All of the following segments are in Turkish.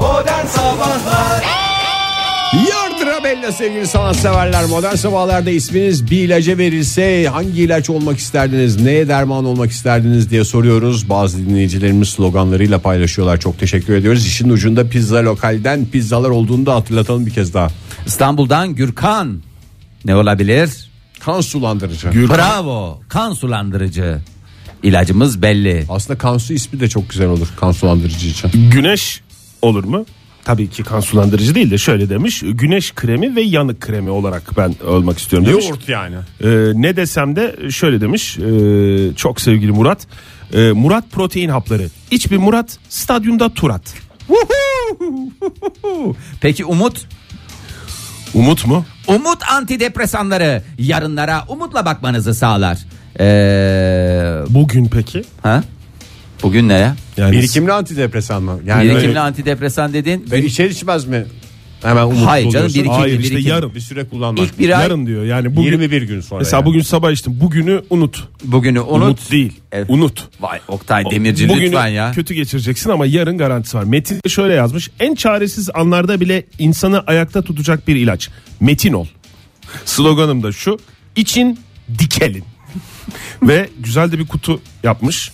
Modern Sabahlar Yardıra bella sevgili sanatseverler Modern sabahlarda isminiz bir ilaca verilse Hangi ilaç olmak isterdiniz Neye derman olmak isterdiniz diye soruyoruz Bazı dinleyicilerimiz sloganlarıyla paylaşıyorlar Çok teşekkür ediyoruz İşin ucunda pizza lokalden pizzalar olduğunu da hatırlatalım bir kez daha İstanbul'dan Gürkan. Ne olabilir? Kan sulandırıcı Bravo. Kan sulandırıcı. İlacımız belli. Aslında kansu ismi de çok güzel olur kan sulandırıcı için Güneş olur mu? Tabii ki kan sulandırıcı değil de şöyle demiş. Güneş kremi ve yanık kremi olarak ben olmak istiyorum demiş. yani Ee, ne desem de şöyle demiş. ee, çok sevgili Murat. Ee, Murat protein hapları. İç bir Murat stadyumda Turat. Peki Umut? Umut mu? Umut antidepresanları yarınlara umutla bakmanızı sağlar. Ee, Bugün peki? ha? Bugün ne ya? Yani Birikimli antidepresan mı? Yani Birikimli böyle- antidepresan dediğin Ben içer içmez mi? Hemen umutlu Hayır canım, oluyorsun. birikim- Hayır işte birikim. yarın. Bir süre kullanmak ilk bir ay Yarın diyor yani bugün. 21 gün sonra Mesela yani. bugün sabah içtim. Bugünü unut. bugünü unut. Umut değil. Evet. Unut. Vay Oktay Demirci Bugünü lütfen ya. kötü geçireceksin ama yarın garantisi var. Metin de şöyle yazmış. En çaresiz anlarda bile insanı ayakta tutacak bir ilaç. Metin ol. Sloganım da şu. İçin dikelin. Ve güzel de bir kutu yapmış.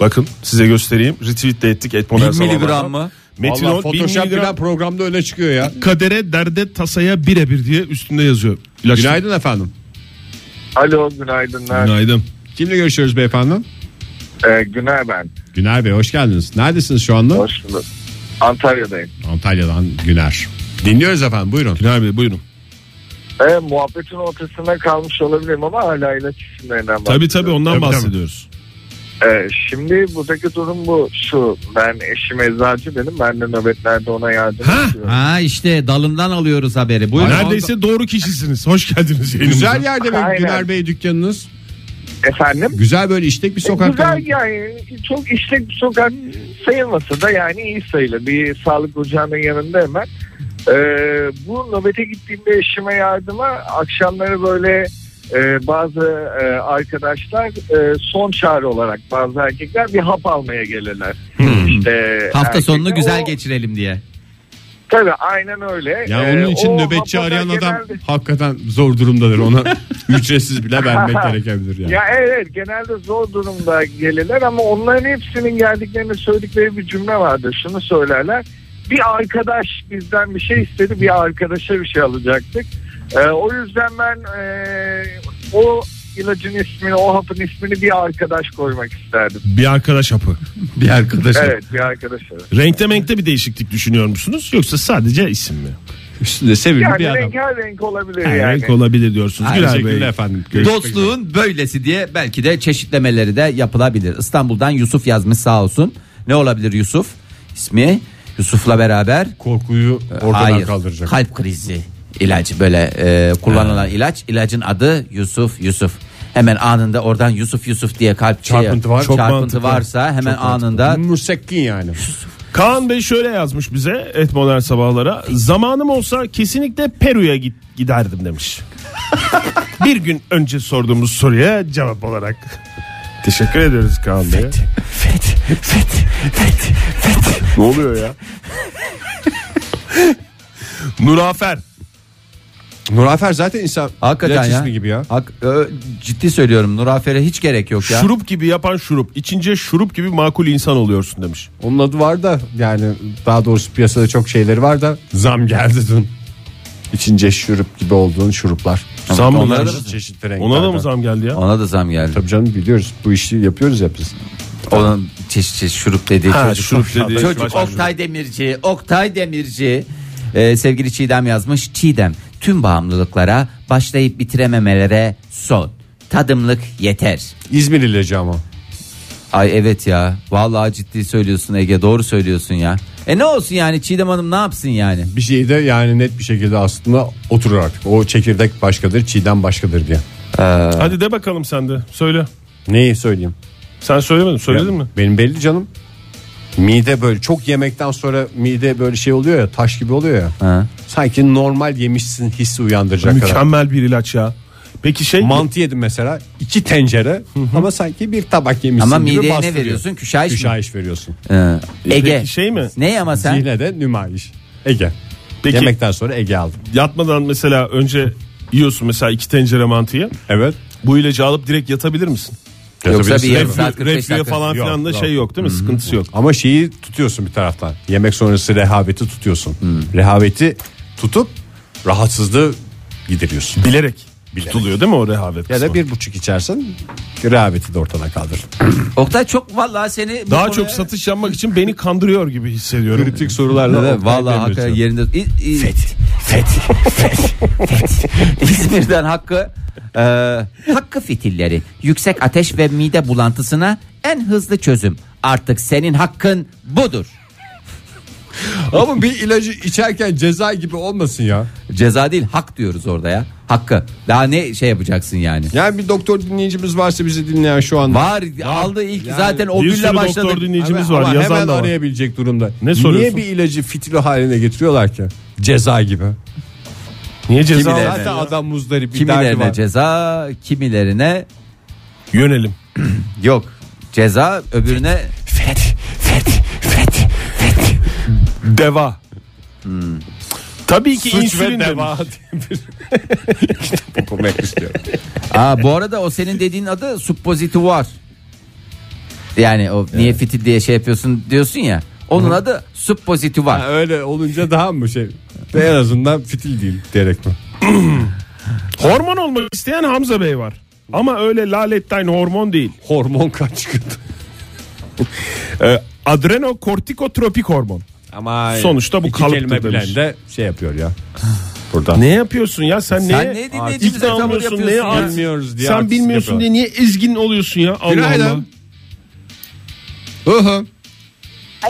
Bakın size göstereyim. Retweet de ettik. Et modern 1000 miligram sabahlardan. mı? Metin Vallahi ol. 1000 Photoshop miligram. bilen programda öne çıkıyor ya. Kadere derde tasaya birebir diye üstünde yazıyor. İlaç. Günaydın efendim. Alo günaydınlar. Günaydın. Kimle görüşüyoruz beyefendi? Ee, günay ben. Güner Bey hoş geldiniz. Neredesiniz şu anda? Hoş bulduk. Antalya'dayım. Antalya'dan Güner. Dinliyoruz efendim buyurun. Günaydın. Buyurun. Ee, muhabbetin ortasında kalmış olabilirim ama hala ilaç isimlerinden Tabii tabii ondan Tabii, tabii. bahsediyoruz. Ee, şimdi buradaki durum bu. Şu ben eşim eczacı dedim. Ben de nöbetlerde ona yardım Ha, ediyorum. Ha işte dalından alıyoruz haberi. Buyurun. Neredeyse doğru kişisiniz. Hoş geldiniz yayınımıza. Güzel yerde mi Aynen. Güner Bey dükkanınız? Efendim? Güzel böyle işlek bir sokakta. mı? Güzel yani çok işlek bir sokak sayılmasa da yani iyi sayılır. Bir sağlık ocağının yanında hemen. Ee, bu nöbete gittiğimde eşime yardıma akşamları böyle e, bazı e, arkadaşlar e, son çare olarak bazı erkekler bir hap almaya gelirler. İşte Hmm. Hafta erkekler- sonunu güzel o- geçirelim diye. Tabii aynen öyle. Ya Ee, onun için o nöbetçi hapla da arayan adam genelde- hakikaten zor durumdadır. Ona ücretsiz bile vermek gerekebilir yani. Ya evet genelde zor durumda gelirler ama onların hepsinin geldiklerini söyledikleri bir cümle vardı. Şunu söylerler. Bir arkadaş bizden bir şey istedi bir arkadaşa bir şey alacaktık. Ee, o yüzden ben ee, o ilacın ismini o hapın ismini bir arkadaş koymak isterdim. Bir arkadaş hapı. Bir arkadaşa. Evet bir arkadaşa. Renkte menkte bir değişiklik düşünüyor musunuz? Yoksa sadece isim mi? Üstünde sevimli Yani bir adam. renk her renk olabilir Her yani. renk olabilir diyorsunuz. Aynen. Güler Teşekkürler Bey. efendim. Görüşmek üzere. Dostluğun böylesi diye belki de çeşitlemeleri de yapılabilir. İstanbul'dan Yusuf yazmış sağ olsun. Ne olabilir Yusuf? İsmi Yusuf'la beraber korkuyu ortadan Hayır, kaldıracak. kalp krizi ilacı böyle e, kullanılan ilaç. İlacın adı Yusuf Yusuf. Hemen anında oradan Yusuf Yusuf diye kalp şey- Çarpıntı var. Çok çarpıntı mantıklı. varsa hemen anında Musekkin yani. Kaan Bey şöyle yazmış bize et modern sabahlara. Zamanım olsa kesinlikle Peru'ya git, giderdim demiş. bir gün önce sorduğumuz soruya cevap olarak. Teşekkür ederiz Kaan Bey. ne oluyor ya? Nurafer. Nurafer zaten insan hakikaten ilaç ya. ismi gibi ya. Hak- ö- ciddi söylüyorum Nurafer'e hiç gerek yok ya. Şurup gibi yapan şurup. İçince şurup gibi makul insan oluyorsun demiş. Onun adı var da yani daha doğrusu piyasada çok şeyleri var da zam geldi dün. İçince şurup gibi olduğun şuruplar. Zam mı Onlara geldi? da- Çeşitli renklerden. Ona da mı zam geldi ya? Ona da zam geldi. Tabii canım biliyoruz bu işi yapıyoruz ya biz. Onun çeşit çeşit şurup dediği Ha, çocuk. şurup dediği çocuk başka Oktay Demirci. Oktay Demirci. Ee, sevgili Çiğdem yazmış. Çiğdem tüm bağımlılıklara başlayıp bitirememelere son. Tadımlık yeter. İzmir ilacı ama. Ay evet ya. Vallahi ciddi söylüyorsun Ege. Doğru söylüyorsun ya. E ne olsun yani Çiğdem Hanım ne yapsın yani? Bir şeyi de yani net bir şekilde aslında oturur artık. O çekirdek başkadır, çiğdem başkadır diye. Hadi de bakalım sen de. Söyle. Neyi söyleyeyim? Sen söylemedin. Söyledin Ya, mi? Benim belli canım. Mide böyle çok yemekten sonra mide böyle şey oluyor ya taş gibi oluyor ya. Ha. Sanki normal yemişsin hissi uyandıracak kadar. Mükemmel bir ilaç ya. Peki şey Mantı yedim mesela iki tencere ama sanki bir tabak yemişsin Ama gibi mideye ne bastırıyor. veriyorsun? Küşayiş mi? Küşayiş veriyorsun. Ee, Ege. Peki şey mi? Ne ama sen? Yine de nümayiş. Ege. Peki- Yemekten sonra Ege aldım. yatmadan mesela önce yiyorsun mesela iki tencere mantıyı. Evet. Bu ilacı alıp direkt yatabilir misin? Yoksa bir Yatabilirsin. yarım saat 45 Reflüye dakika. falan Yok, filan da yok. şey yok değil mi? Sıkıntısı yok. Ama şeyi tutuyorsun bir taraftan. Yemek sonrası rehaveti tutuyorsun. Hmm. Rehaveti tutup rahatsızlığı gideriyorsun. Bilerek, Bilerek. tutuluyor değil mi o rehavet Ya kısmı? da bir buçuk içersin rehaveti de ortadan kaldır. Oktay çok vallahi seni bu Daha konuya- çok satış yapmak için beni kandırıyor gibi hissediyorum. Kritik sorularla Evet, o Vallahi kaybediyorsun. Hakkı yerinde İ- İ- fet fet İzmir'den Hakkı e, Hakkı fitilleri yüksek ateş ve mide bulantısına en hızlı çözüm. Artık senin hakkın budur. Ama bir ilacı içerken ceza gibi olmasın ya. Ceza değil hak diyoruz orada ya. Hakkı. Daha ne şey yapacaksın yani? Yani bir doktor dinleyicimiz varsa bizi dinleyen şu anda. Var aldı ilk zaten o bir sürü gülle başladı. doktor dinleyicimiz Ama var yazan hemen da var. arayabilecek durumda. Ne soruyorsun? Niye bir ilacı fitili haline getiriyorlar ki? Ceza gibi. Niye ceza Kimileri- aldın? Zaten adam muzdarip bir derdi Kimilerine var. ceza, kimilerine Yönelim. yok. Ceza öbürüne Deva. Tabii ki Hmm. Suç ve insülin de deva diye bir kitap okumak istiyorum. Aa, bu arada o senin dediğin adı supposituar. Yani o niye fitil diye şey yapıyorsun diyorsun ya. Onun adı supposituar. Ha, öyle olunca daha mı şey? Ve en azından fitil değil diyerek mi? Hormon olmak isteyen Hamza Bey var. Ama öyle lalettayn hormon değil. Hormon kaçkıntı. Ee, adrenokortikotropik hormon. Ama Sonuçta bu iki kalıptır kelime demiş. bilen de şey yapıyor ya. Burada. Ne yapıyorsun ya sen, Sen neye? ne İlk dinleyicimize de tavır anlıyorsun neye yapıyorsun ya? artist- Bilmiyoruz diye Sen artistlik bilmiyorsun yapıyorlar. diye niye ezgin oluyorsun ya Allah Allah. Günaydın. Hı hı.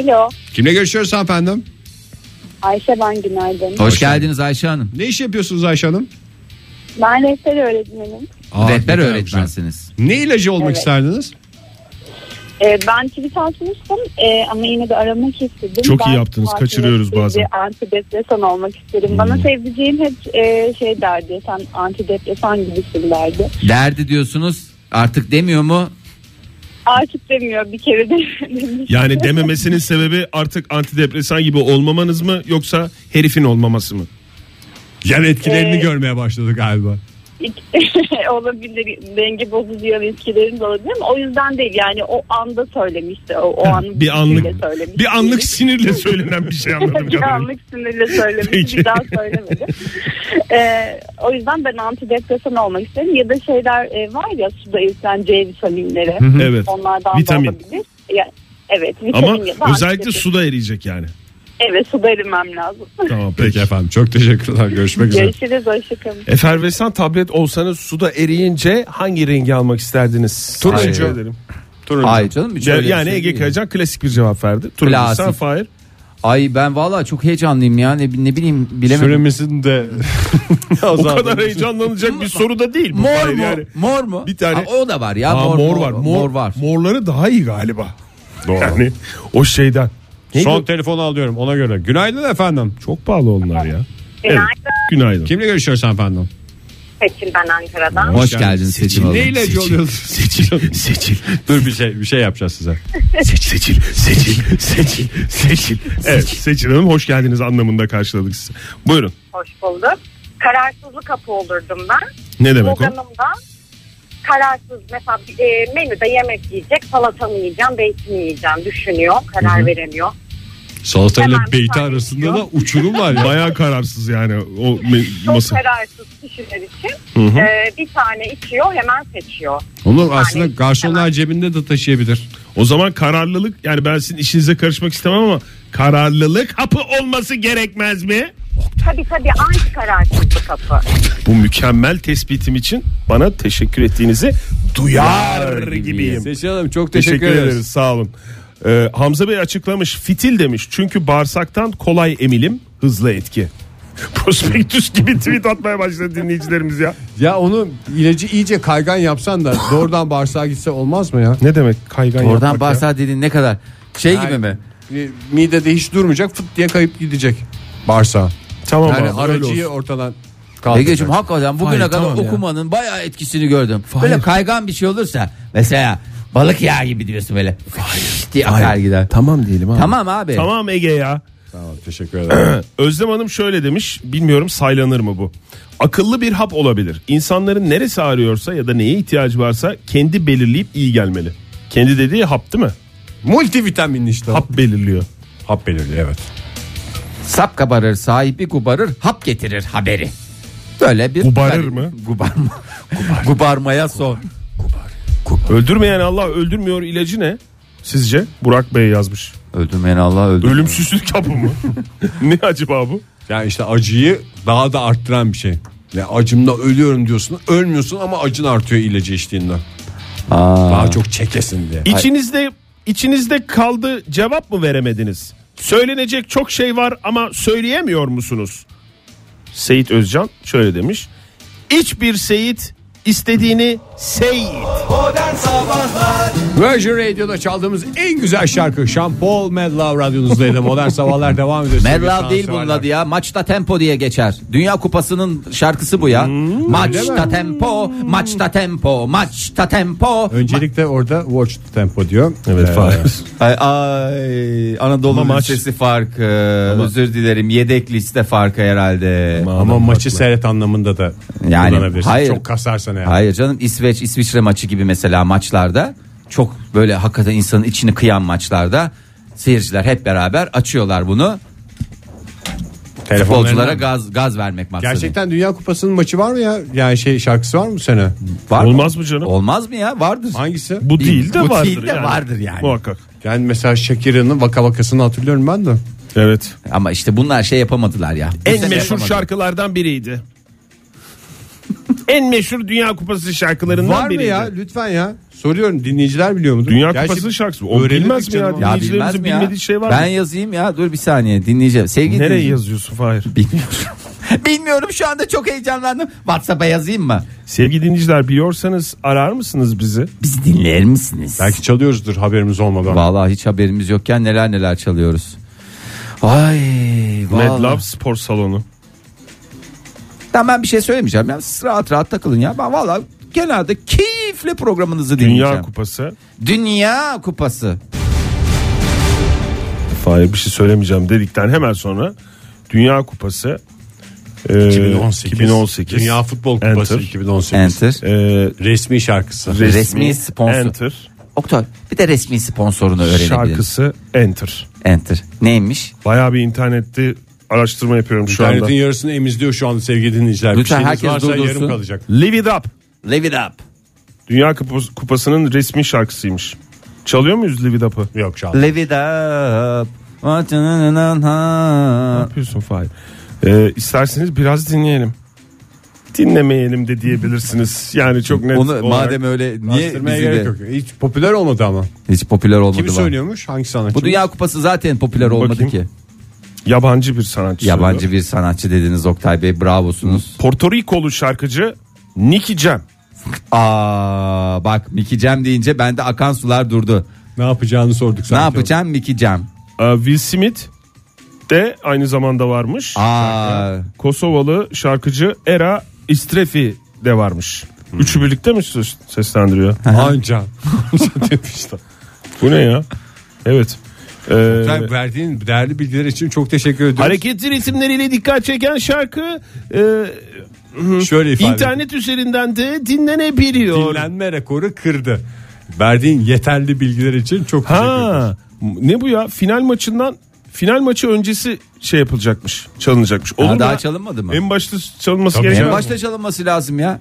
Alo. Kimle görüşüyoruz efendim? Ayşe ben günaydın. Hoş, geldiniz Ayşe Hanım. Ne iş yapıyorsunuz Ayşe Hanım? Ben rehber öğretmenim. Aa, ne Rehber kadar öğretmensiniz. Ne ilacı olmak Evet. isterdiniz? Ee, ben tweet atmıştım ee, ama yine de aramak istedim. Çok Ben iyi yaptınız, tatile kaçırıyoruz gittiğimde bazen. Hmm. Antidepresan olmak isterim. Bana sevdiceğim hep ee, şey derdi. Sen antidepresan gibisin derdi. Derdi diyorsunuz. Artık demiyor mu? Artık demiyor bir kere de demiş. Yani dememesinin sebebi artık antidepresan gibi olmamanız mı yoksa herifin olmaması mı? Yan etkilerini Ee, görmeye başladı galiba. olabilir denge bozucu yan etkilerin de olabilir ama o yüzden değil yani o anda söylemişti o, o an Bir anlık söylemişti. bir anlık sinirle söylenen bir şey anladım bir kadarıyla. anlık sinirle söylemiş Peki. bir daha söylemedi. Ee, o yüzden ben antidepresan olmak isterim. Ya da şeyler e, var ya suda eriten C vitaminleri. Evet. Onlardan Vitamin. da olabilir. Ya, evet vitamin Ama ya da özellikle antidepresan. suda eriyecek yani. Evet suda erimem lazım. Tamam Peki efendim çok teşekkürler. Görüşmek üzere. Görüşürüz hoşçakalın. Efervesan tablet olsanız suda eriyince hangi rengi almak isterdiniz? Turuncu. Teşekkür ederim. Ay canım hiç öyle bir yani şey Ege değil. Kayacan klasik bir cevap verdi. Turuncu sen Klasik. Fahir. Ay ben vallahi çok heyecanlıyım ya. Ne, ne bileyim bilemedim. Süremizin de O şey- kadar heyecanlanacak bir soru da değil bu. Mor Hayır mu? yani. Mor mu? Bir tane- Ha, o da var ya. Aa, mor, mor, var. Mor, mor var. Morları daha iyi galiba. Yani o şeyden. Son telefonu alıyorum ona göre. Günaydın efendim. Çok pahalı onlar ya. Evet. Günaydın. Kimle görüşüyoruz efendim? Seçil ben Ankara'dan. Hoş geldin Seçil Hanım. Ne ilacı oluyorsunuz? Seçil. Seçil, Dur bir şey bir şey yapacağız size. seç, seçil, seçil, seçil, seçil. Evet, Seçil Hanım hoş geldiniz anlamında karşıladık sizi. Buyurun. Hoş bulduk. Kararsızlık hapı olurdum ben. Ne demek o? Sloganımda kararsız mesela e, menüde yemek yiyecek salatamı yiyeceğim beytimi yiyeceğim düşünüyor karar veremiyor. Salata ile Hemen beyti bir arasında da tanesi uçurum var ya. Bayağı kararsız yani o me- Çok masa. kararsız kişiler için e, bir tane içiyor hemen seçiyor. Onu aslında garsonlar cebinde de taşıyabilir. O zaman kararlılık yani ben sizin işinize karışmak istemem ama kararlılık hapı olması gerekmez mi? Tabii tabii anti kararsızlık hapı. Bu mükemmel tespitim için bana teşekkür ettiğinizi duyar gibiyim. Seçil Hanım çok Teşekkür, ederiz sağ olun. Ee, Hamza Bey açıklamış fitil demiş çünkü bağırsaktan kolay emilim hızlı etki. Prospektüs gibi tweet atmaya başladı dinleyicilerimiz ya. Ya onu ilacı iyice kaygan yapsan da doğrudan bağırsağa gitse olmaz mı ya? Ne demek kaygan Oradan bağırsak dediğin ne kadar şey gibi mi? E, Midede hiç durmayacak fıt diye kayıp gidecek bağırsağa. Tamam Yani abi, öyle aracıyı olsun. ortadan Egeciğim hakikaten bugüne Hayır, kadar tamam ya. okumanın bayağı etkisini gördüm. Hayır. Böyle kaygan bir şey olursa mesela balık yağı gibi diyorsun böyle. Hayır. diye akar gider. Tamam diyelim abi. Tamam abi. Tamam Ege ya. Tamam, teşekkür ederim. Özlem Hanım şöyle demiş. Bilmiyorum saylanır mı bu? Akıllı bir hap olabilir. İnsanların neresi ağrıyorsa ya da neye ihtiyacı varsa kendi belirleyip iyi gelmeli. Kendi dediği hap değil mi? Multivitaminli işte. Hap belirliyor. hap belirli evet. Sap kabarır, sahibi kubarır, hap getirir haberi. Böyle bir Gubarır mı? Gubarma. Gubarmaya son. Öldürmeyen Allah öldürmüyor ilacı ne? Sizce? Burak Bey yazmış. Öldürmeyen Allah öldürür. Ölümsüzlük hapı mı? ne acaba bu? Yani işte acıyı daha da arttıran bir şey. Ya acımda ölüyorum diyorsun. Ölmüyorsun ama acın artıyor ilacı içtiğinden. Daha çok çekesin diye. İçinizde içinizde kaldı cevap mı veremediniz? Söylenecek çok şey var ama söyleyemiyor musunuz? Seyit Özcan şöyle demiş. Hiçbir Seyit istediğini Seyit. Virgin Radio'da çaldığımız en güzel şarkı Sean Paul Mad Love radyonuzdaydı. Modern Sabahlar devam ediyor. Mad Sevgili Love değil bunun sanatseverler. adı ya. Maçta tempo diye geçer. Dünya Kupası'nın şarkısı bu ya. Hmm. maçta tempo, maçta tempo, maçta tempo. Öncelikle orada Watch the Tempo diyor. Ee, Ay, ay, Anadolu Ama maç- Lisesi farkı. Özür dilerim. Yedek liste farkı herhalde. Ama maçı seyret anlamında da Yani, kullanabilirsin. hayır. Çok kasarsan yani. Hayır canım İsveç İsviçre maçı gibi mesela maçlarda çok böyle hakikaten insanın içini kıyan maçlarda seyirciler hep beraber açıyorlar bunu. Telefonlarına- Futbolculara gaz gaz vermek maksadı. Gerçekten Dünya Kupası'nın maçı var mı ya? Yani şey şarkısı var mı bu sene? Var mı? Olmaz mı canım? Olmaz mı ya? Vardır. Hangisi? Bu değil de Bu vardır. değil de vardır yani. Muhakkak. Yani mesela Shakira'nın Vaka Vakası'nı hatırlıyorum ben de. Evet. Ama işte bunlar şey yapamadılar ya. Bu En sene meşhur yapamadı. şarkılardan biriydi. en meşhur Dünya Kupası şarkılarından Var mı biriydi. ya? Lütfen ya. Soruyorum dinleyiciler biliyor mu? Dünya Gerçi Kupası'nın şarkısı. O öğrenirdik bilmez mi ya? canım. Ya Dinleyicilerimizin bilmez mi ya? bilmediği şey var ben mı? yazayım ya. Dur bir saniye dinleyeceğim. Sevgili Nereye dinleyici- yazıyorsun Fahir? Bilmiyorum. Bilmiyorum şu anda çok heyecanlandım. WhatsApp'a yazayım mı? Sevgili dinleyiciler biliyorsanız arar mısınız bizi? Bizi dinler misiniz? Belki çalıyoruzdur haberimiz olmadan. Vallahi hiç haberimiz yokken neler neler çalıyoruz. Ay Mad Love vallahi. Spor Salonu. Tamam ben bir şey söylemeyeceğim. Ya. Siz rahat rahat takılın ya. Ben vallahi genelde keyifle programınızı dinleyeceğim. Dünya Dünya, Kupası. Kupası. Fahir bir şey söylemeyeceğim dedikten hemen sonra Dünya Kupası Ee, e, 2018. 2018. Dünya Futbol Kupası Enter. 2018. Enter. E, Resmi şarkısı. resmi, Resmi sponsor. Enter. Oktay bir de resmi sponsorunu öğrenebiliriz. Şarkısı Enter. Enter. Neymiş? Bayağı bir internette araştırma yapıyorum şu anda. İnternetin yarısını emizliyor şu anda sevgili dinleyiciler. Bir Lütfen şeyiniz herkes varsa durdursun. yarım kalacak. Live It Up. Live it up. Dünya Kupas- Kupası'nın resmi şarkısıymış. Çalıyor muyuz Live It Up'ı? Ne Yok şu anda. Live it up. yapıyorsun Fahir? E, isterseniz biraz dinleyelim. Dinlemeyelim de diyebilirsiniz. Yani çok net Onu olarak. madem öyle niye bizi Bastırmaya gerek de- yok. Hiç popüler olmadı ama. hiç popüler olmadı. Kimi lan. söylüyormuş? Hangi sanatçı? Bu Dünya Kupası zaten popüler olmadı Bakayım. ki. yabancı bir sanatçı. söylüyor. Yabancı bir sanatçı dediniz Oktay Bey bravosunuz. Porto Rikolu şarkıcı Nicky Jam. Aa bak Miki Cem deyince bende akan sular durdu. Ne yapacağını sorduk. Ne sanki. yapacağım Miki Cem? Ee, Will Smith de aynı zamanda varmış. Aa Kosovalı şarkıcı Era Istrefi de varmış. Hmm. Üçü birlikte mi ses- seslendiriyor? Anca. Demişler. Bu ne ya? Evet. Ee, Sen verdiğin değerli bilgiler için çok teşekkür ediyorum. hareketli resimleriyle dikkat çeken şarkı e, Şöyle ifade edeyim. internet üzerinden de dinlenebiliyor. dinlenme rekoru kırdı. Verdiğin yeterli bilgiler için çok teşekkür ederim. Ha, ne bu ya? Final maçından final maçı öncesi şey yapılacakmış, çalınacakmış. Olur mu daha ya? çalınmadı mı? En başta çalınması Tabii gereken. En başta çalınması lazım ya.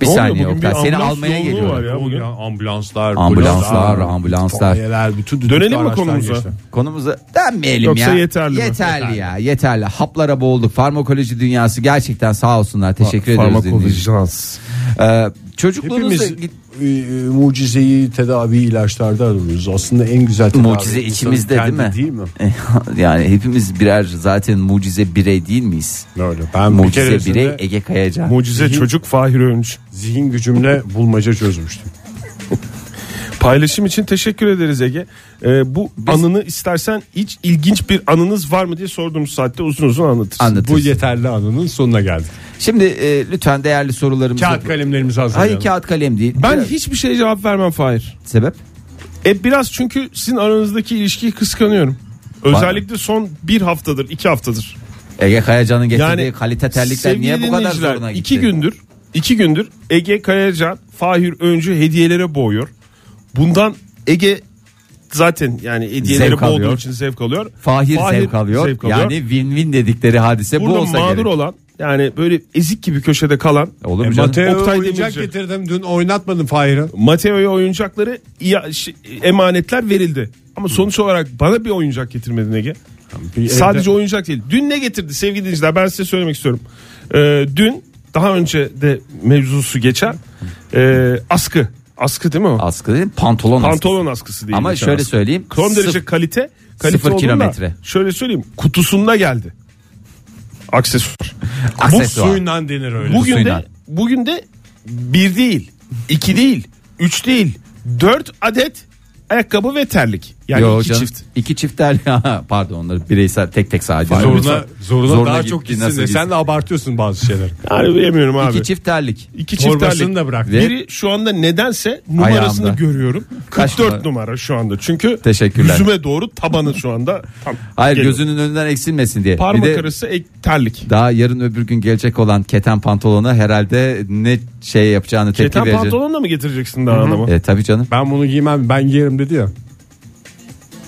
Bir Ne oluyor? saniye Bugün bir Oktay seni ambulans almaya yoğunluğu var geliyorum. ya. bugün. Ya ambulanslar, Ambulanslar, polisler, ambulanslar. itfaiyeler, bütün düdüklü Dönelim mi araçlar konumuza? geçti. Konumuza dönmeyelim Yoksa ya. yeterli mi? Yeterli ya yeterli. Haplara boğulduk. Farmakoloji dünyası gerçekten sağ olsunlar. Teşekkür ediyoruz. dinleyiciler. Farmakovijilans. Ee, çocukluğunuzda Hepimiz e, e, mucizeyi tedavi ilaçlarda arıyoruz. Aslında en güzel tedavi. Mucize insanın içimizde değil kendi mi? Değil mi? yani hepimiz birer zaten mucize birey değil miyiz? Öyle. Ben mucize bir keresinde birey Ege Kayacan. Mucize çocuk Fahir Öğünç. zihin gücümle bulmaca çözmüştüm. Paylaşım için teşekkür ederiz Ege. Ee, bu anını istersen hiç ilginç bir anınız var mı diye sorduğumuz saatte uzun uzun anlatırsın. Bu anlatırız. yeterli anının sonuna geldik. Şimdi e, lütfen değerli sorularımızı... Kağıt kalemlerimizi hazırlayalım. Hayır kağıt kalem değil. Ben Biraz- hiçbir şeye cevap vermem Fahir. Sebep? E biraz çünkü sizin aranızdaki ilişkiyi kıskanıyorum. Özellikle son bir haftadır, iki haftadır. Ege Kayacan'ın getirdiği Yani kalite terlikler sevgili niye bu kadar dinleyiciler, zoruna gitti? İki gündür, iki gündür Ege Kayacan, Fahir Öncü hediyelere boğuyor. Bundan Ege zaten yani hediyelere Zevk boğduğu alıyor. için zevk alıyor. Fahir, zevk alıyor. zevk alıyor. Yani win-win dedikleri hadise bu Burada olsa mağdur gerek. olan yani böyle ezik gibi köşede kalan Olur E, mu canım? Mateo Oktay oyuncak Demirci. getirdim dün oynatmadım Fahir'in. Mateo'ya oyuncakları ya- şi- emanetler verildi. Ama sonuç olarak bana bir oyuncak getirmedin Ege. Sadece oyuncak değil. Dün ne getirdi sevgili dinleyiciler? Ben size söylemek istiyorum. Ee, dün daha önce de mevzusu geçen ee, askı. Askı değil mi o? Askı değil, pantolon askısı. Pantolon askısı değil. Ama şöyle söyleyeyim. Son derece sıf- kalite. kalite sıfır olduğunu da kilometre. Şöyle söyleyeyim. Kutusunda geldi. Aksesuar. aksesuar. Suyundan denir öyle. Bu- Bugün de suyla. bugün de bir değil, iki değil, üç değil, dört adet ayakkabı ve terlik. Yani Yo iki canım, çift. İki çift derli. Pardon onları bireysel tek tek sadece. Zoruna, zoruna, daha gitti, çok nasıl gitsin de. Sen de abartıyorsun bazı şeyler. Yani bilemiyorum abi. İki İki, çift terlik. çift Torbasını terlik. da bırak. Ve- Biri şu anda nedense numarasını Ayağımda. görüyorum. 44 Kaç numara? numara? şu anda. Çünkü Teşekkürler. yüzüme doğru tabanı şu anda. Tam Hayır geliyor. gözünün önünden eksilmesin diye. parmak bir de arası ek, terlik. daha yarın öbür gün gelecek olan keten pantolona herhalde ne şey yapacağını tepki Keten verecek. pantolon da E, mı getireceksin daha adama? E, tabii canım. Ben bunu giymem ben giyerim dedi ya.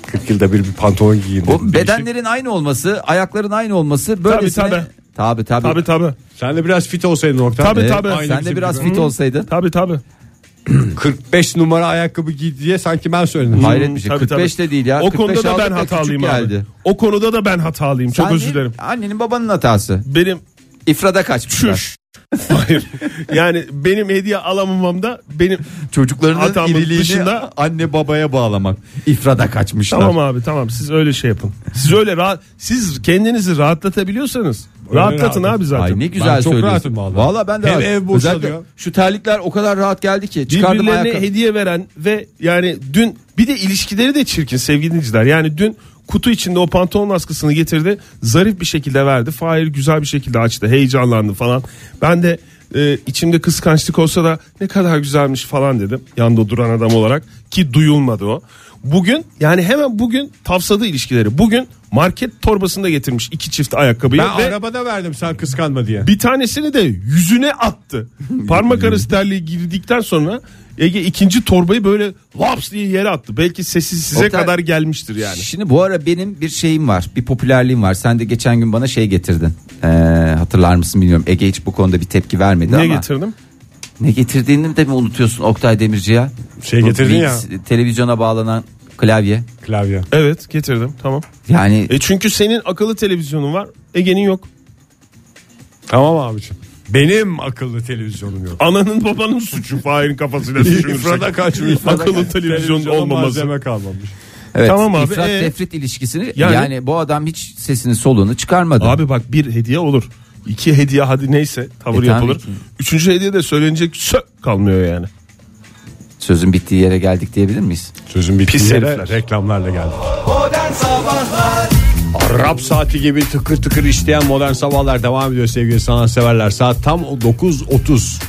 40 yılda bir, bir pantolon giyin. O bedenlerin aynı olması, ayakların aynı olması böylesine... tabii. Tabii tabii. Tabii tabii. Sen de biraz fit olsaydın Oktay. Tabii, E, tabii. Aynı Sen de bizim biraz gibi. fit olsaydın. Tabii tabii. 45 numara ayakkabı giy diye sanki ben söyledim. Hayret bir şey. Tabii, 45 tabii. de değil ya. O 45 konuda da aldık ben da küçük hatalıyım abi. geldi. O konuda da ben hatalıyım. Çok Sen özür değil, dilerim. Annenin babanın hatası. Benim İfrada kaçmışlar. Çüş. Hayır. Yani benim hediye alamamamda benim Çocuklarının Hatamın iriliğini dışında- anne babaya bağlamak. İfrada kaçmışlar. tamam abi tamam siz öyle şey yapın. Siz öyle rahat siz kendinizi rahatlatabiliyorsanız rahatlatın rahat. abi zaten. Ay ne güzel Ben çok söylüyorsun. rahatım vallahi. Valla ben de Hem rahat- ev boşalıyor. Özellikle şu terlikler o kadar rahat geldi ki. Çıkardım Birbirlerine ayakkabı. hediye veren ve yani dün bir de ilişkileri de çirkin sevgili dinleyiciler. Yani dün kutu içinde o pantolon askısını getirdi. Zarif bir şekilde verdi. Fahir güzel bir şekilde açtı. Heyecanlandı falan. Ben de e, içimde kıskançlık olsa da ne kadar güzelmiş falan dedim. Yanında duran adam olarak ki duyulmadı o. Bugün yani hemen bugün tavsadı ilişkileri. Bugün market torbasında getirmiş iki çift ayakkabıyı. Ben ve arabada verdim sen kıskanma diye. bir tanesini de yüzüne attı. Parmak arası terliği girdikten sonra Ege ikinci torbayı böyle laps diye yere attı. Belki sesi size Oktay- kadar gelmiştir yani. Şimdi bu ara benim bir şeyim var. Bir popülerliğim var. Sen de geçen gün bana şey getirdin. Ee, hatırlar mısın bilmiyorum. Ege hiç bu konuda bir tepki vermedi Ne ama. getirdim? Ne getirdiğini de mi unutuyorsun Oktay Demirci ya? Şey Bu getirdin ya. Winx, Televizyona bağlanan klavye. Klavye. Evet getirdim tamam. Yani E çünkü senin akıllı televizyonun var Ege'nin yok. Tamam abiciğim. Benim akıllı televizyonum yok. Ananın babanın suçu Fahir'in kafasıyla düşünürsek. İfrada kaçmış. akıllı televizyon Televizyona olmaması. Malzeme kalmamış. evet, Tamam abi, ifrat ee? tefrit ilişkisini Yani- yani, bu adam hiç sesini soluğunu çıkarmadı. Abi bak bir hediye olur. İki hediye hadi neyse tavır E, tamam yapılır. ki. Üçüncü hediye de söylenecek sö kalmıyor yani. Sözün bittiği yere geldik diyebilir miyiz? Sözün bittiği Pis yere herifler. reklamlarla geldi. Rap saati gibi tıkır tıkır işleyen modern sabahlar devam ediyor sevgili sanatseverler. Saat tam 9.30.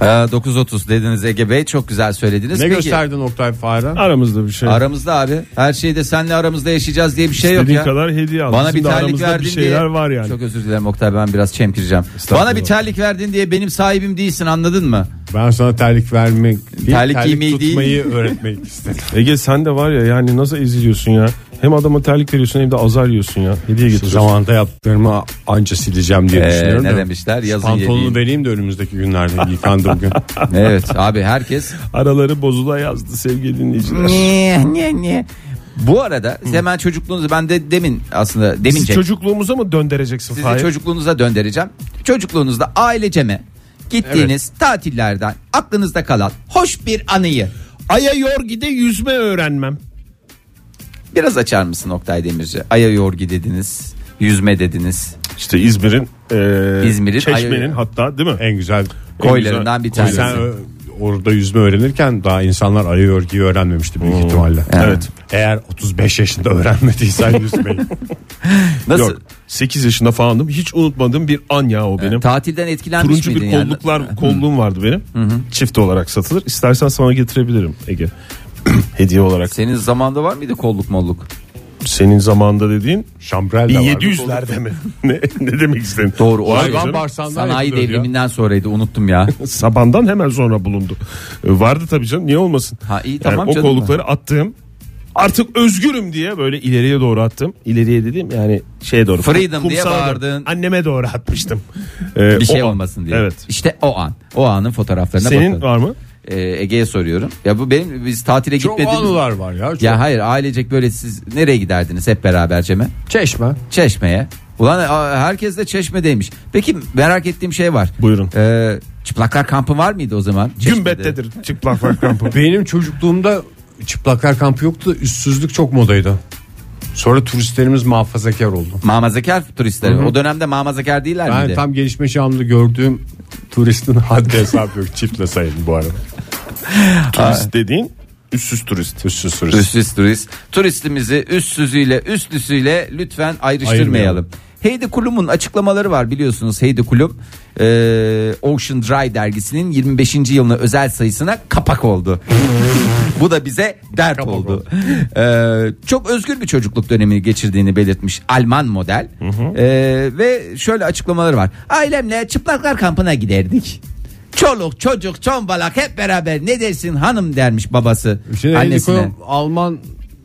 Ee, 9.30 dediniz Ege Bey çok güzel söylediniz. Ne Peki, gösterdin Oktay Fahir'e? Aramızda bir şey. Aramızda abi her şeyde senle aramızda yaşayacağız diye bir şey yok Dediğin ya. kadar hediye al. Bana Bizim bir de terlik aramızda verdin bir şeyler diye. var yani. Çok özür dilerim Oktay ben biraz çemkireceğim. Estağfurullah. Bana bir terlik verdin diye benim sahibim değilsin anladın mı? Ben sana terlik vermek değil, terlik, Terlik giymeyi değil. tutmayı öğretmek istedim. Ege sen de var ya yani nasıl eziliyorsun ya. Hem adama terlik veriyorsun hem de azar yiyorsun ya. Hediye Şu getiriyorsun. zamanda yaptığımı anca sileceğim diye Ee, düşünüyorum. ne da. demişler? Yazın Pantolonu yediğin- vereyim de önümüzdeki günlerde yıkandı bugün. Evet abi herkes Araları bozula yazdı sevgili dinleyiciler. niye niye niye. Bu arada hemen çocukluğunuzu ben de demin aslında demin Siz çek- çocukluğumuza mı döndereceksin sizi Fahir? çocukluğunuza döndüreceğim. Çocukluğunuzda aileceme gittiğiniz tatillerden aklınızda kalan hoş bir anıyı Aya yorgide yüzme öğrenmem. biraz açar mısın Oktay Demirci? Aya yorgi dediniz, yüzme dediniz. İşte İzmir'in, e, İzmir'in, Çeşme'nin Aya- E, hatta değil mi? en güzel Koylarından bir tanesi. Sen o, orada yüzme öğrenirken daha insanlar ayı örgüyü öğrenmemişti büyük ihtimalle. Evet. Eğer 35 yaşında öğrenmediysen yüzmeyi. Nasıl? Yok. 8 yaşında falandım. Hiç unutmadığım bir an ya o benim. Tatilden etkilenmiş Turuncu bir miydin yani? kolluklar kolluğum vardı benim. Çift olarak satılır. İstersen sana getirebilirim Ege. Hediye olarak. Senin zamanda var mıydı kolluk molluk? Senin zamanında dediğin Şambrel de vardı. 1700'lerde mi? ne, ne demek istedin? Doğru. Var olabilir. canım. bağırsağından Sanayi yapılıyordu ya. devriminden sonraydı unuttum ya. Sabandan hemen sonra bulundu. Ee, vardı tabii canım niye olmasın? Ha, iyi, Yani tamam o canım. kollukları attığım artık özgürüm diye böyle ileriye doğru attım. İleriye dediğim yani şeye doğru. Freedom kumsala diye doğru. bağırdın. Anneme doğru atmıştım. Ee, Bir şey o an. olmasın diye. Evet. İşte o an. O anın fotoğraflarına Senin bakın. var mı? Ee, Ege'ye soruyorum. Ya bu benim biz tatile Çok gitmediğimiz. anılar var ya. Çok. Ya hayır ailecek böyle siz nereye giderdiniz hep beraber Cem'e? Çeşme. Çeşmeye. Ulan a- herkes de çeşmedeymiş. Peki merak ettiğim şey var. Buyurun. Ee, çıplaklar kampı var mıydı o zaman? Çeşmede. Gümbettedir çıplak bak kampı. Benim çocukluğumda çıplaklar kampı yoktu. da Üstsüzlük çok modaydı. Sonra turistlerimiz muhafazakar oldu. Mamazakar turistleri. O dönemde mamazakar değiller Ben miydi? tam gelişme çağımda gördüğüm turistin haddi hesabı yok. Çiftle sayın bu arada. turist dediğin üstsüz turist. Üstsüz turist. Üstsüz turist. Turistimizi üstsüzüyle üstlüsüyle lütfen ayrıştırmayalım. Ayırmayalım. Heidi Klum'un açıklamaları var biliyorsunuz Heidi Klum e, Ocean Dry dergisinin 25. yılına özel sayısına kapak oldu. Bu da bize dert oldu. E, çok özgür bir çocukluk dönemini geçirdiğini belirtmiş Alman model. E, ve şöyle açıklamaları var. Ailemle çıplaklar kampına giderdik. Çoluk çocuk çombalak hep beraber ne dersin hanım dermiş babası Şimdi annesine. Annesine. Alman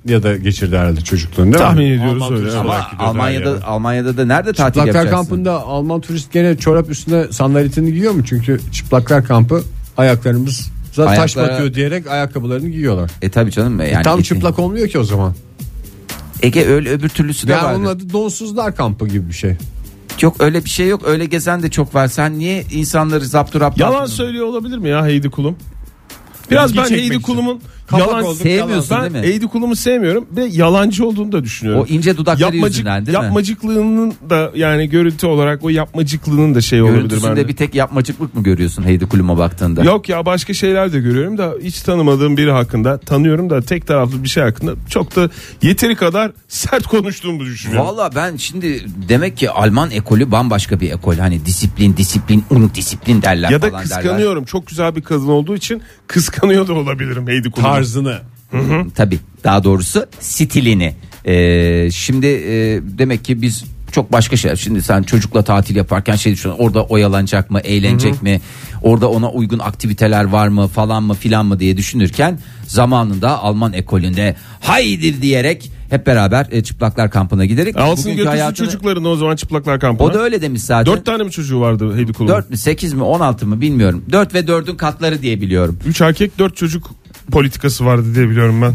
ya da geçirdi herhalde çocukluğunu değil Tahmin mi? ediyoruz Alman öyle. turist Ama olarak gidiyordu her Almanya'da yere. Almanya'da da nerede tatil Çıplaklar yapacaksın? kampında Alman turist gene çorap üstüne sandaletini giyiyor mu? Çünkü çıplaklar kampı ayaklarımız taş Ayaklara- batıyor diyerek ayakkabılarını giyiyorlar. E tabii canım yani. Tam Ege- çıplak olmuyor ki o zaman. Ege öyle öbür türlüsü de Yani var. onun adı donsuzlar kampı gibi bir şey. Yok öyle bir şey yok. Öyle gezen de çok var. Sen niye insanları zapturapt Yalan söylüyor olabilir mi ya Heidi Kulum? Biraz İlgi ben çekmek Heidi için. Kulum'un Kapak yalan olduk, Sevmiyorsun Ben değil mi? Heidi Kulum'u sevmiyorum ve yalancı olduğunu da düşünüyorum. O ince dudakları yüzünden değil mi? Yapmacıklığının da yani görüntü olarak o yapmacıklığının da şey olabilir Görüntüsünde bende. bir tek yapmacıklık mı görüyorsun Heidi Klum'a baktığında? Yok ya başka şeyler de görüyorum da hiç tanımadığım biri hakkında tanıyorum da tek taraflı bir şey hakkında çok da yeteri kadar sert konuştuğumu düşünüyorum. Valla ben şimdi demek ki Alman ekolü bambaşka bir ekol. Hani disiplin disiplin un disiplin derler ya da falan kıskanıyorum. Çok güzel bir kadın olduğu için kıskanıyor da olabilirim Heidi Kulum'u. Tarzını. derler. Ee, Tabii daha doğrusu stilini. Ee, şimdi e, demek ki biz çok başka şey. Şimdi sen çocukla tatil yaparken şey düşünüyorsun. Orada oyalanacak mı, eğlenecek mi? Orada ona uygun aktiviteler var mı falan mı filan mı diye düşünürken zamanında Alman ekolünde haydir diyerek hep beraber e, çıplaklar kampına giderek E, Alsın bugünkü götürsün hayatını- çocuklarını o zaman çıplaklar kampına. O da öyle demiş zaten. Dört tane mi çocuğu vardı Heidi Klum'un? 4 mü 8 mi 16 mı bilmiyorum. 4 ve 4'ün katları diye biliyorum. Üç erkek dört çocuk politikası vardı diye biliyorum ben.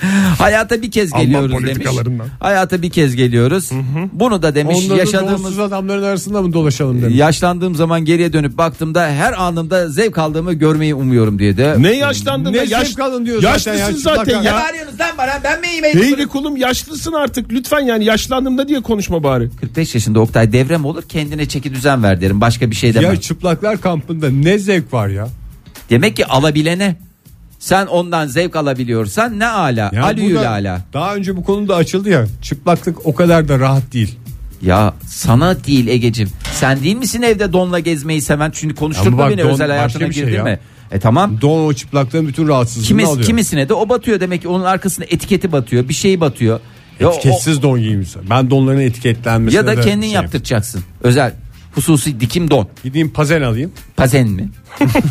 Hayata bir kez Alman geliyoruz demiş. politikalarından. Hayata bir kez geliyoruz. Bunu da demiş Onların şey yaşadığımız donsuz adamların arasında mı dolaşalım demiş. yaşlandığım zaman geriye dönüp baktığımda her anımda zevk aldığımı görmeyi umuyorum diye de. Ne yaşlandın Ne da yaş... zevk alın diyor yaşlısın zaten zaten, ya, zaten çıplak ya. bağırıyorsunuz lan bana ben mi yemeği Heidi Klum yaşlısın artık lütfen yani yaşlandım da diye konuşma bari. 45 yaşında Oktay devrem olur kendine çeki düzen ver derim başka bir şey demem. Ya çıplaklar kampında ne zevk var ya. Demek ki alabilene sen ondan zevk alabiliyorsan ne ala Ya bu alüyül da- ala. Daha önce bu konuda açıldı ya. Çıplaklık o kadar da rahat değil. Ya sana değil Egecim. Sen değil misin evde donla gezmeyi seven? Çünkü Ama konuşturma bak beni don özel başka hayatına bir şey girdin ya. mi? E tamam. Don o çıplaklığın bütün rahatsızlığını Kimis, alıyor. kimisine de o batıyor demek ki onun arkasında etiketi batıyor. Bir şey batıyor. Ya, o- Etiketsiz don giymiş. Ben donların etiketlenmesine ya da de kendin şey yapayım. yaptıracaksın. Özel hususi dikim don. Gideyim pazen alayım. Pazen mi?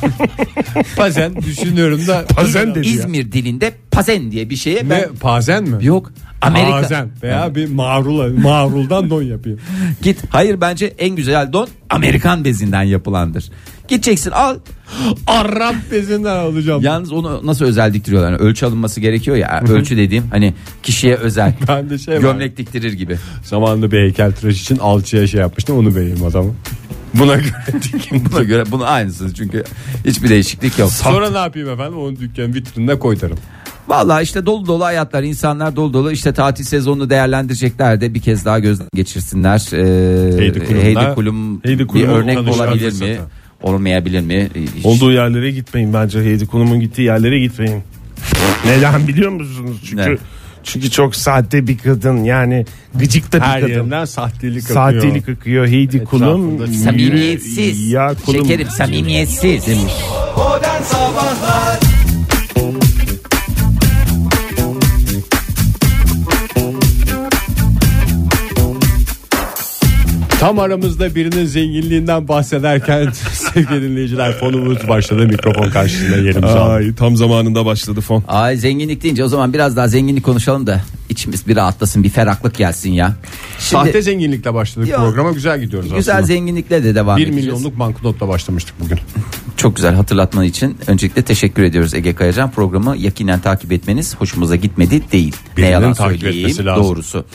Pazen düşünüyorum da. Pazen dedi ya. İzmir dilinde pazen diye bir şeye Ne ben... pazen mi? Yok. Amerika. Pazen veya bir marula, maruldan don yapayım. Git. Hayır bence en güzel don Amerikan bezinden yapılandır. Gideceksin al. Arap bezinden alacağım. Yalnız onu nasıl özel diktiriyorlar? Yani ölçü alınması gerekiyor ya. Ölçü dediğim hani kişiye özel. Ben de şey var. Gömlek diktirir gibi. Zamanında bir heykeltıraş için alçıya şey yapmıştım onu beğendim adamı. Buna göre dikim. Buna göre bunu aynısı çünkü hiçbir değişiklik yok. Sonra ne yapayım efendim onu dükkan vitrinine koyarım. Vallahi işte dolu dolu hayatlar insanlar dolu dolu işte tatil sezonunu değerlendirecekler de bir kez daha göz geçirsinler. Ee, Heidi Klum'la- Heidi Klum Heidi bir Klum'la örnek tanışma olabilir mi? fırsatı. olmayabilir mi? Hiç- Olduğu yerlere gitmeyin bence Heidi Klum'un gittiği yerlere gitmeyin. Neden biliyor musunuz? Çünkü Ne? çünkü çok sahte bir kadın yani gıcık da bir Her kadın. yerinden sahtelik akıyor. Sahtelik akıyor Heidi Klum. Etrafında Samimiyetsiz. yürü Ya Klum. Şekerim samimiyetsiz. Tam aramızda birinin zenginliğinden bahsederken sevgili dinleyiciler fonumuz başladı mikrofon karşısında yerimizi aldı. Ay tam zamanında başladı fon. Ay zenginlik deyince o zaman biraz daha zenginlik konuşalım da içimiz bir rahatlasın bir ferahlık gelsin ya. Şimdi Sahte zenginlikle başladık Yok. programa güzel gidiyoruz güzel aslında. zenginlikle de devam 1 edeceğiz. milyonluk banknotla başlamıştık bugün. Çok güzel hatırlatman için öncelikle teşekkür ediyoruz Ege Kayacan. Programı yakinen takip etmeniz hoşumuza gitmedi değil. Birinin ne yalan takip söyleyeyim etmesi lazım. doğrusu.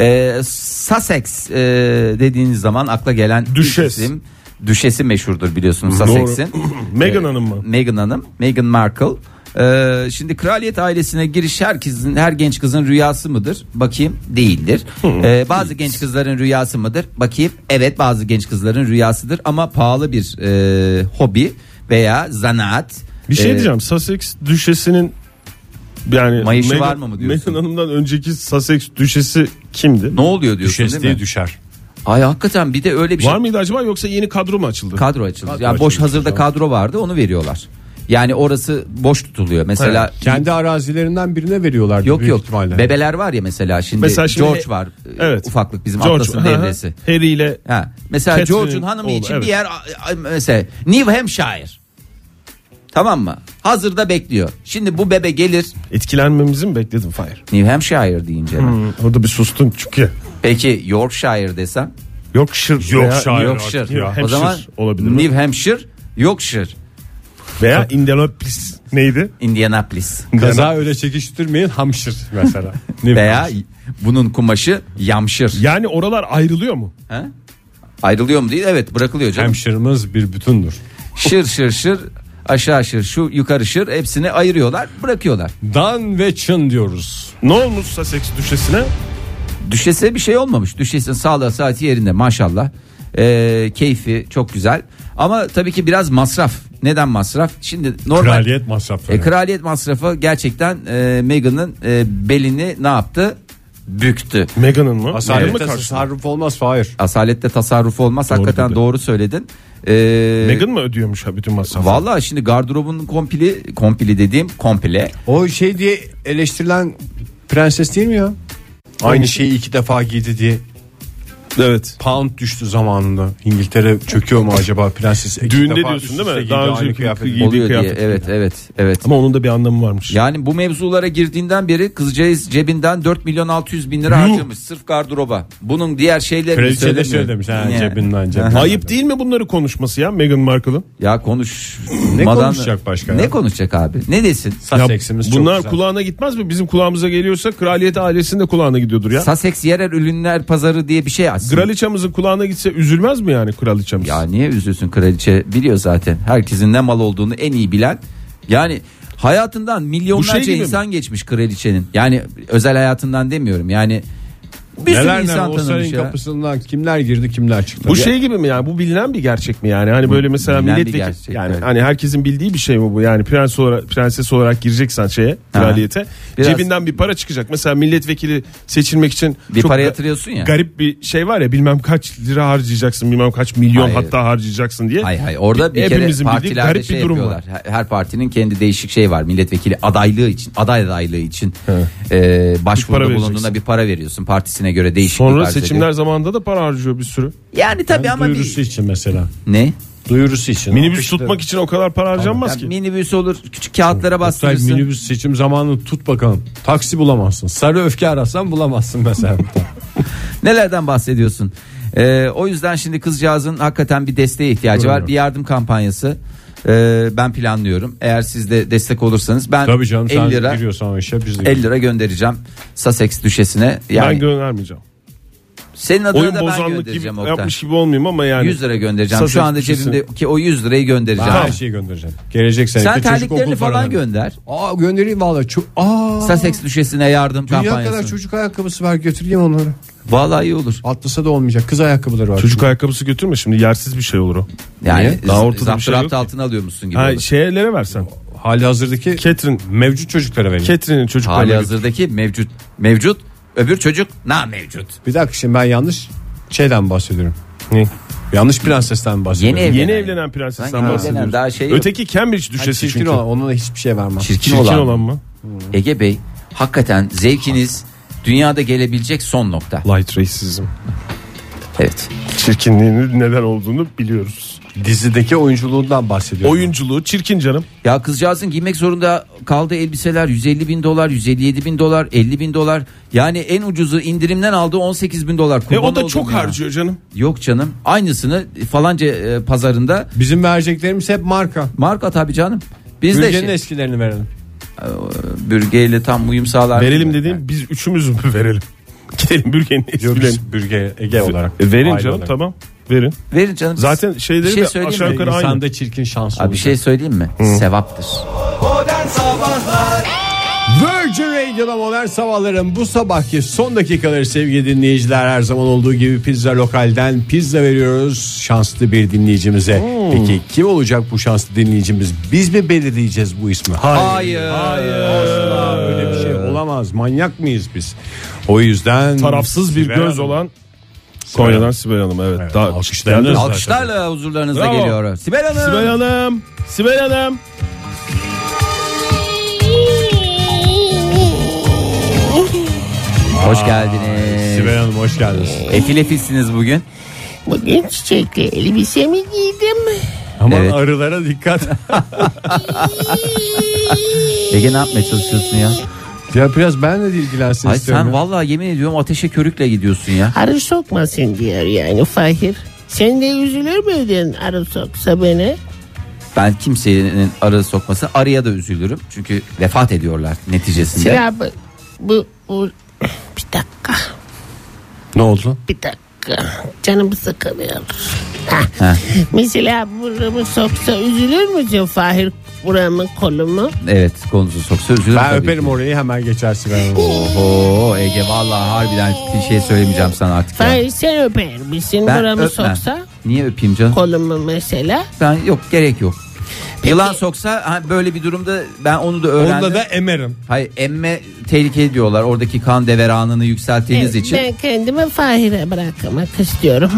Ee, Sussex e, dediğiniz zaman akla gelen ilk Düşes. isim. Düşesi meşhurdur biliyorsunuz Sussex'in. Meghan Ee, Hanım mı? Meghan Hanım, Meghan Markle. Ee, şimdi kraliyet ailesine giriş herkesin her genç kızın rüyası mıdır? Bakayım değildir. Ee, bazı genç kızların rüyası mıdır? Bakayım evet bazı genç kızların rüyasıdır ama pahalı bir e, hobi veya zanaat. Bir şey Ee, diyeceğim. Sussex düşesinin yani Mayışı var mı mı diyorsun? Meghan Hanım'dan önceki Sussex düşesi kimdi? Ne oluyor diyorsun şey değil mi? düşer. Ay hakikaten bir de öyle bir şey. Var mıydı acaba yoksa yeni kadro mu açıldı? Kadro açıldı. Kadro yani boş açıldı hazırda şu an. kadro vardı onu veriyorlar. Yani orası boş tutuluyor. Mesela Kendi arazilerinden birine veriyorlar Yok büyük yok. ihtimalle. Bebeler var ya mesela şimdi, Mesela şimdi- e, George var. Evet. Ufaklık bizim George- Atlas'ın Hı hı. devresi. Harry ile Ha. Mesela Catherine George'un hanımı oğlu, için evet. bir yer a- a- mesela New Hampshire. Tamam mı? Hazırda bekliyor. Şimdi bu bebe gelir etkilenmemizi mi bekledin Fahir? New Hampshire deyince. ben. Hmm, orada bir sustun çünkü. Peki Yorkshire desem? Yorkshire, Yorkshire veya, Yorkshire. New Hampshire o zaman olabilir mi? New Hampshire, Yorkshire, Veya Indianapolis neydi? Indianapolis. Kaza öyle çekiştirmeyin hamşır mesela. Ne Veya bunun kumaşı Yamşır. Yani oralar ayrılıyor mu? Ha? Ayrılıyor mu değil? Evet bırakılıyor canım. Hemşirimiz bir bütündür. Şır şır şır aşağı şır şu yukarı şır hepsini ayırıyorlar bırakıyorlar. Dan ve çın diyoruz. Ne olmuş Sussex düşesine? Düşese bir şey olmamış. Düşesin sağlığı saati yerinde maşallah. Ee, keyfi çok güzel. Ama tabii ki biraz masraf. Neden masraf? Şimdi normal Kraliyet masrafları. E, kraliyet masrafı gerçekten e, Meghan'ın e, belini ne yaptı? Büktü. Meghan'ın mı? Meghan mı Asaletten karşı? tasarruf olmaz hayır. Asalette tasarruf olmaz. Hakikaten dedi. doğru söyledin. Ee, Meghan mı ödüyormuş ha bütün masrafı? Vallahi şimdi gardırobun kompili, kompili dediğim komple. O şey diye eleştirilen prenses değil mi ya? Aynı şeyi iki defa giydi diye Evet. pound düştü zamanında. İngiltere çöküyor mu acaba prenses? İki Düğünde defa diyorsun üst değil mi? üste giydi Daha aynı önce kıyafeti. giydiği oluyor diye. kıyafet. Evet evet evet. Ama onun da bir anlamı varmış. Yani bu mevzulara girdiğinden beri kızcağız cebinden 4 milyon 600 bin lira harcamış sırf gardıroba. Bunun diğer şeyleri Kraliçe de şöyle demiş. Ha, cebinden cebinden. Ayıp değil mi bunları konuşması ya Meghan Markle'ın? Ya konuş. Ne Madan- konuşacak başka Ne ya? konuşacak abi? Ne desin? Ya Sussex'imiz çok bunlar güzel. kulağına gitmez mi? Bizim kulağımıza geliyorsa kraliyet ailesinin de kulağına gidiyordur ya. Sussex yerel ürünler pazarı diye bir şey aslında. Kraliçamızın kulağına gitse üzülmez mi yani kraliçamız? Ya niye üzülsün kraliçe? Biliyor zaten. Herkesin ne mal olduğunu en iyi bilen. Yani hayatından milyonlarca şey gibi mi? insan geçmiş kraliçenin. Yani özel hayatından demiyorum. Yani bir sürü Neler neler insan o sarayın tanımış ya. kapısından kimler girdi kimler çıktı. bu şey gibi mi yani bu bilinen bir gerçek mi yani hani böyle mesela bilinen bir milletvekili gerçek, yani evet. hani herkesin bildiği bir şey mi bu yani prens olarak prenses olarak gireceksen şeye kraliyete Biraz- cebinden bir para çıkacak mesela milletvekili seçilmek için Bir çok para ga- yatırıyorsun ya. garip bir şey var ya bilmem kaç lira harcayacaksın bilmem kaç milyon Hayır. hatta harcayacaksın diye Hay hay orada bir kere Hepimizin bildiği partilerde garip şey bir durum yapıyorlar. Her- Her partinin kendi değişik şey var. Milletvekili adaylığı için, aday adaylığı için e, para başvuruda bulunduğuna vereceksin. bir para veriyorsun. Partisine göre değişik sonra seçimler zamanında da para harcıyor bir sürü Yani tabii ama bir- Duyurusu Şey için mesela. ne? Duyurusu için. minibüs İşte- tutmak için o kadar para harcanmaz Ya ki minibüs olur, küçük kağıtlara Oktay, bastırırsın. minibüs seçim zamanını tut bakalım. Taksi bulamazsın. Sarı öfke arasan bulamazsın mesela. Nelerden bahsediyorsun? Ee, o yüzden şimdi kızcağızın hakikaten bir desteğe ihtiyacı var. Bir yardım kampanyası. ee, ben planlıyorum. Eğer siz de destek olursanız ben Tabii canım 50 sen lira giriyorsan o işe biz de 50 lira göndereceğim Sussex düşesine. Yani ben göndermeyeceğim senin adına oyun da ben bozanlık gibi göndereceğim Oktay. yapmış gibi olmayayım ama yani 100 lira göndereceğim. Hani Sussex Şu anda düşesine. cebimdeki o 100 lirayı göndereceğim. her şeyi göndereceğim. Gelecek sene Sen terliklerini falan gönder. Aa göndereyim valla. Çok... Aa. Sussex düşesine yardım Dünya kampanyası. kadar çocuk ayakkabısı var götüreyim onları. Vallahi iyi olur. Atlasa da olmayacak. Kız ayakkabıları var. Çocuk ayakkabısı götürme şimdi yersiz bir şey olur o. Yani Daha ortada bir şey zapturapt yok. altına alıyormuşsun gibi Ha, şey- olur. şeylere versen. Hali hazırdaki Catherine, mevcut çocuklara verin. Catherine'in çocuklarına. Hali hazırdaki mevcut mevcut öbür çocuk na mevcut. Bir dakika şimdi ben yanlış şeyden bahsediyorum. Ne? Yanlış prensesten bahsediyorum. Yeni ev- Yeni Evlenen. evlenen prensesten Sanki bahsediyoruz. evlenen daha şey yok. Öteki Cambridge Hani düşesi çirkin çünkü. olan ona da hiçbir şey vermem. Çirkin, Çirkin olan. olan mı? Ege Bey hakikaten zevkiniz dünyada gelebilecek son nokta. Light racism. Evet. Çirkinliğinin neden olduğunu biliyoruz. Dizideki oyunculuğundan bahsediyorum. Oyunculuğu çirkin canım. Ya kızcağızın giymek zorunda kaldığı elbiseler 150 bin dolar, 157 bin dolar, 50 bin dolar. Yani en ucuzu indirimden aldığı 18 bin dolar. E Kurban o da oldum çok ya. harcıyor canım. Yok canım aynısını falanca e, pazarında Bizim vereceklerimiz hep marka. marka tabii canım. Biz de Ülkenin şey, eskilerini verelim. bürgeyle tam uyum sağlar. Verelim dediğim biz üçümüz mü verelim? Gidelim bürgenin eskilerini. Bürge Ege olarak. E, Verin Aile canım olarak. tamam. Verin. Verin canım. Zaten şeyleri şey de söyleyeyim aşağı mi? yukarı aynı. İnsanda çirkin şans Abi bir olacak. şey söyleyeyim mi? Sevaptır. Virgin Radio'da modern sabahların bu sabahki son dakikaları sevgili dinleyiciler her zaman olduğu gibi pizza lokalden pizza veriyoruz şanslı bir dinleyicimize. Peki kim olacak bu şanslı dinleyicimiz? Biz mi belirleyeceğiz bu ismi? Hayır. Asla öyle bir şey olamaz. Manyak mıyız biz? O yüzden Tarafsız bir Sibel göz Hanım. olan Konya'dan Sibel Hanım evet. Evet, daha alkışlayanlar- Geldiniz. Alkışlarla huzurlarınıza Bravo. geliyor. Sibel Hanım. Sibel Hanım. Sibel Hanım. Hoş geldiniz. Sibel Hanım hoş geldiniz. Efil efilsiniz bugün. Bugün çiçekli elbisemi giydim. Aman Evet. arılara dikkat. Ege ne yapmaya çalışıyorsun ya? ya biraz benle de ilgilensin Ay istiyorum. sen ya. vallahi yemin ediyorum ateşe körükle gidiyorsun ya. Arı sokmasın diyor yani Fahir. Sen de üzülür müydün arı soksa beni? Ben kimsenin arı sokması arıya da üzülürüm. Çünkü vefat ediyorlar neticesinde. Sıra bu, bu, bu- Bir dakika, Ne oldu? bir dakika. Canım sıkılıyor. Ha. Mesela buramı soksa üzülür müsün Fahir? Buramı kolumu. Evet konusu soksa üzülürüm. Ben tabii öperim ki. orayı hemen geçer Sibel Hanım. Oho Ege vallahi harbiden bir şey söylemeyeceğim sana artık. ya. Fahir sen öper misin Ben buramı öpmem. soksa? Niye öpeyim canım? Kolumu mesela. Ben yok gerek yok. Yılan soksa ha, böyle bir durumda ben onu da öğrendim. Onda da emerim. Hayır emme tehlikeli diyorlar. Oradaki kan deveranını yükselttiğiniz Evet, için. Ben kendimi Fahir'e bırakmak istiyorum.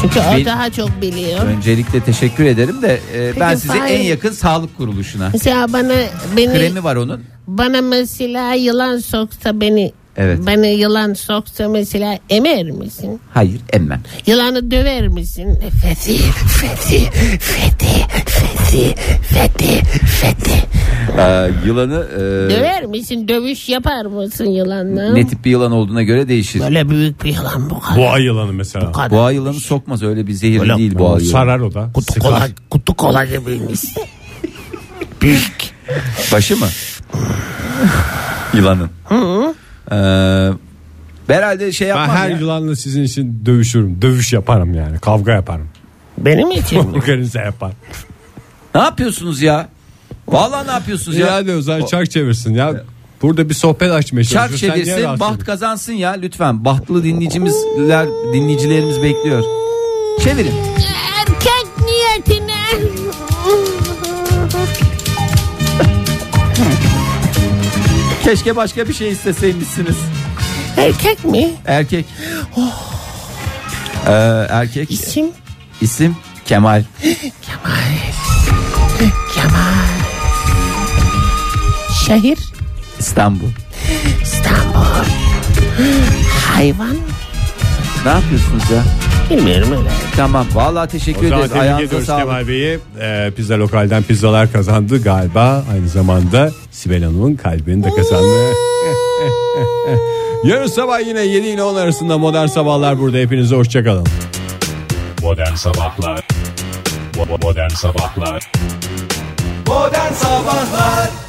Çünkü o Ben- daha çok biliyor. Öncelikle teşekkür ederim de e, ben sizi Fahir. en yakın sağlık kuruluşuna. Mesela bana beni Kremi var onun. bana mesela yılan soksa beni Evet. bana yılan soksa mesela emer misin? Hayır emmem. Yılanı döver misin? Fethi, fethi, fethi, fethi, fethi, fethi. Ee, yılanı e, Döver misin? Dövüş yapar mısın yılanla? ne tip bir yılan olduğuna göre değişir. Böyle büyük bir yılan bu kadar. Boğa yılanı mesela. kadar. Boğa yılanı sokmaz öyle bir zehirli Öyle. değil boğa yılanı. Sarar o da. Kutu Sıkar. kola, kutu kola gibiymiş. büyük. Başı mı? Yılanın. Ee, herhalde şey Ben yapmam her ya. yılanla sizin için dövüşürüm. Dövüş yaparım yani. Kavga yaparım. Benim için mi? Organize yapar. Ne yapıyorsunuz ya? Vallahi ne yapıyorsunuz ya? Ya hadi o zaman çark çevirsin ya. Burada bir sohbet açmaya Çark çalışıyoruz. Sen niye çevirsin, rahatsız baht ediyorsun? kazansın ya lütfen. Bahtlı dinleyicimizler, dinleyicilerimiz bekliyor. Çevirin. Erkek niyetine. Keşke başka bir şey isteseymişsiniz. Oh. Erkek mi? Erkek. Ee, erkek İsim isim Kemal. Kemal. Şehir İstanbul. İstanbul. Hayvan Ne yapıyorsunuz ya? bilmiyorum öyle. Tamam. Vallahi O teşekkür zaman ederiz. tebrik Ayağınıza ediyoruz sağlık. Kemal Bey'i. Ee, pizza lokalden pizzalar kazandı galiba. Aynı zamanda Sibel Hanım'ın kalbini de kazandı. Yarın sabah yine 7 ile 10 arasında modern sabahlar burada. Hepinize hoşçakalın. Modern Sabahlar Bo- Modern Sabahlar Modern Sabahlar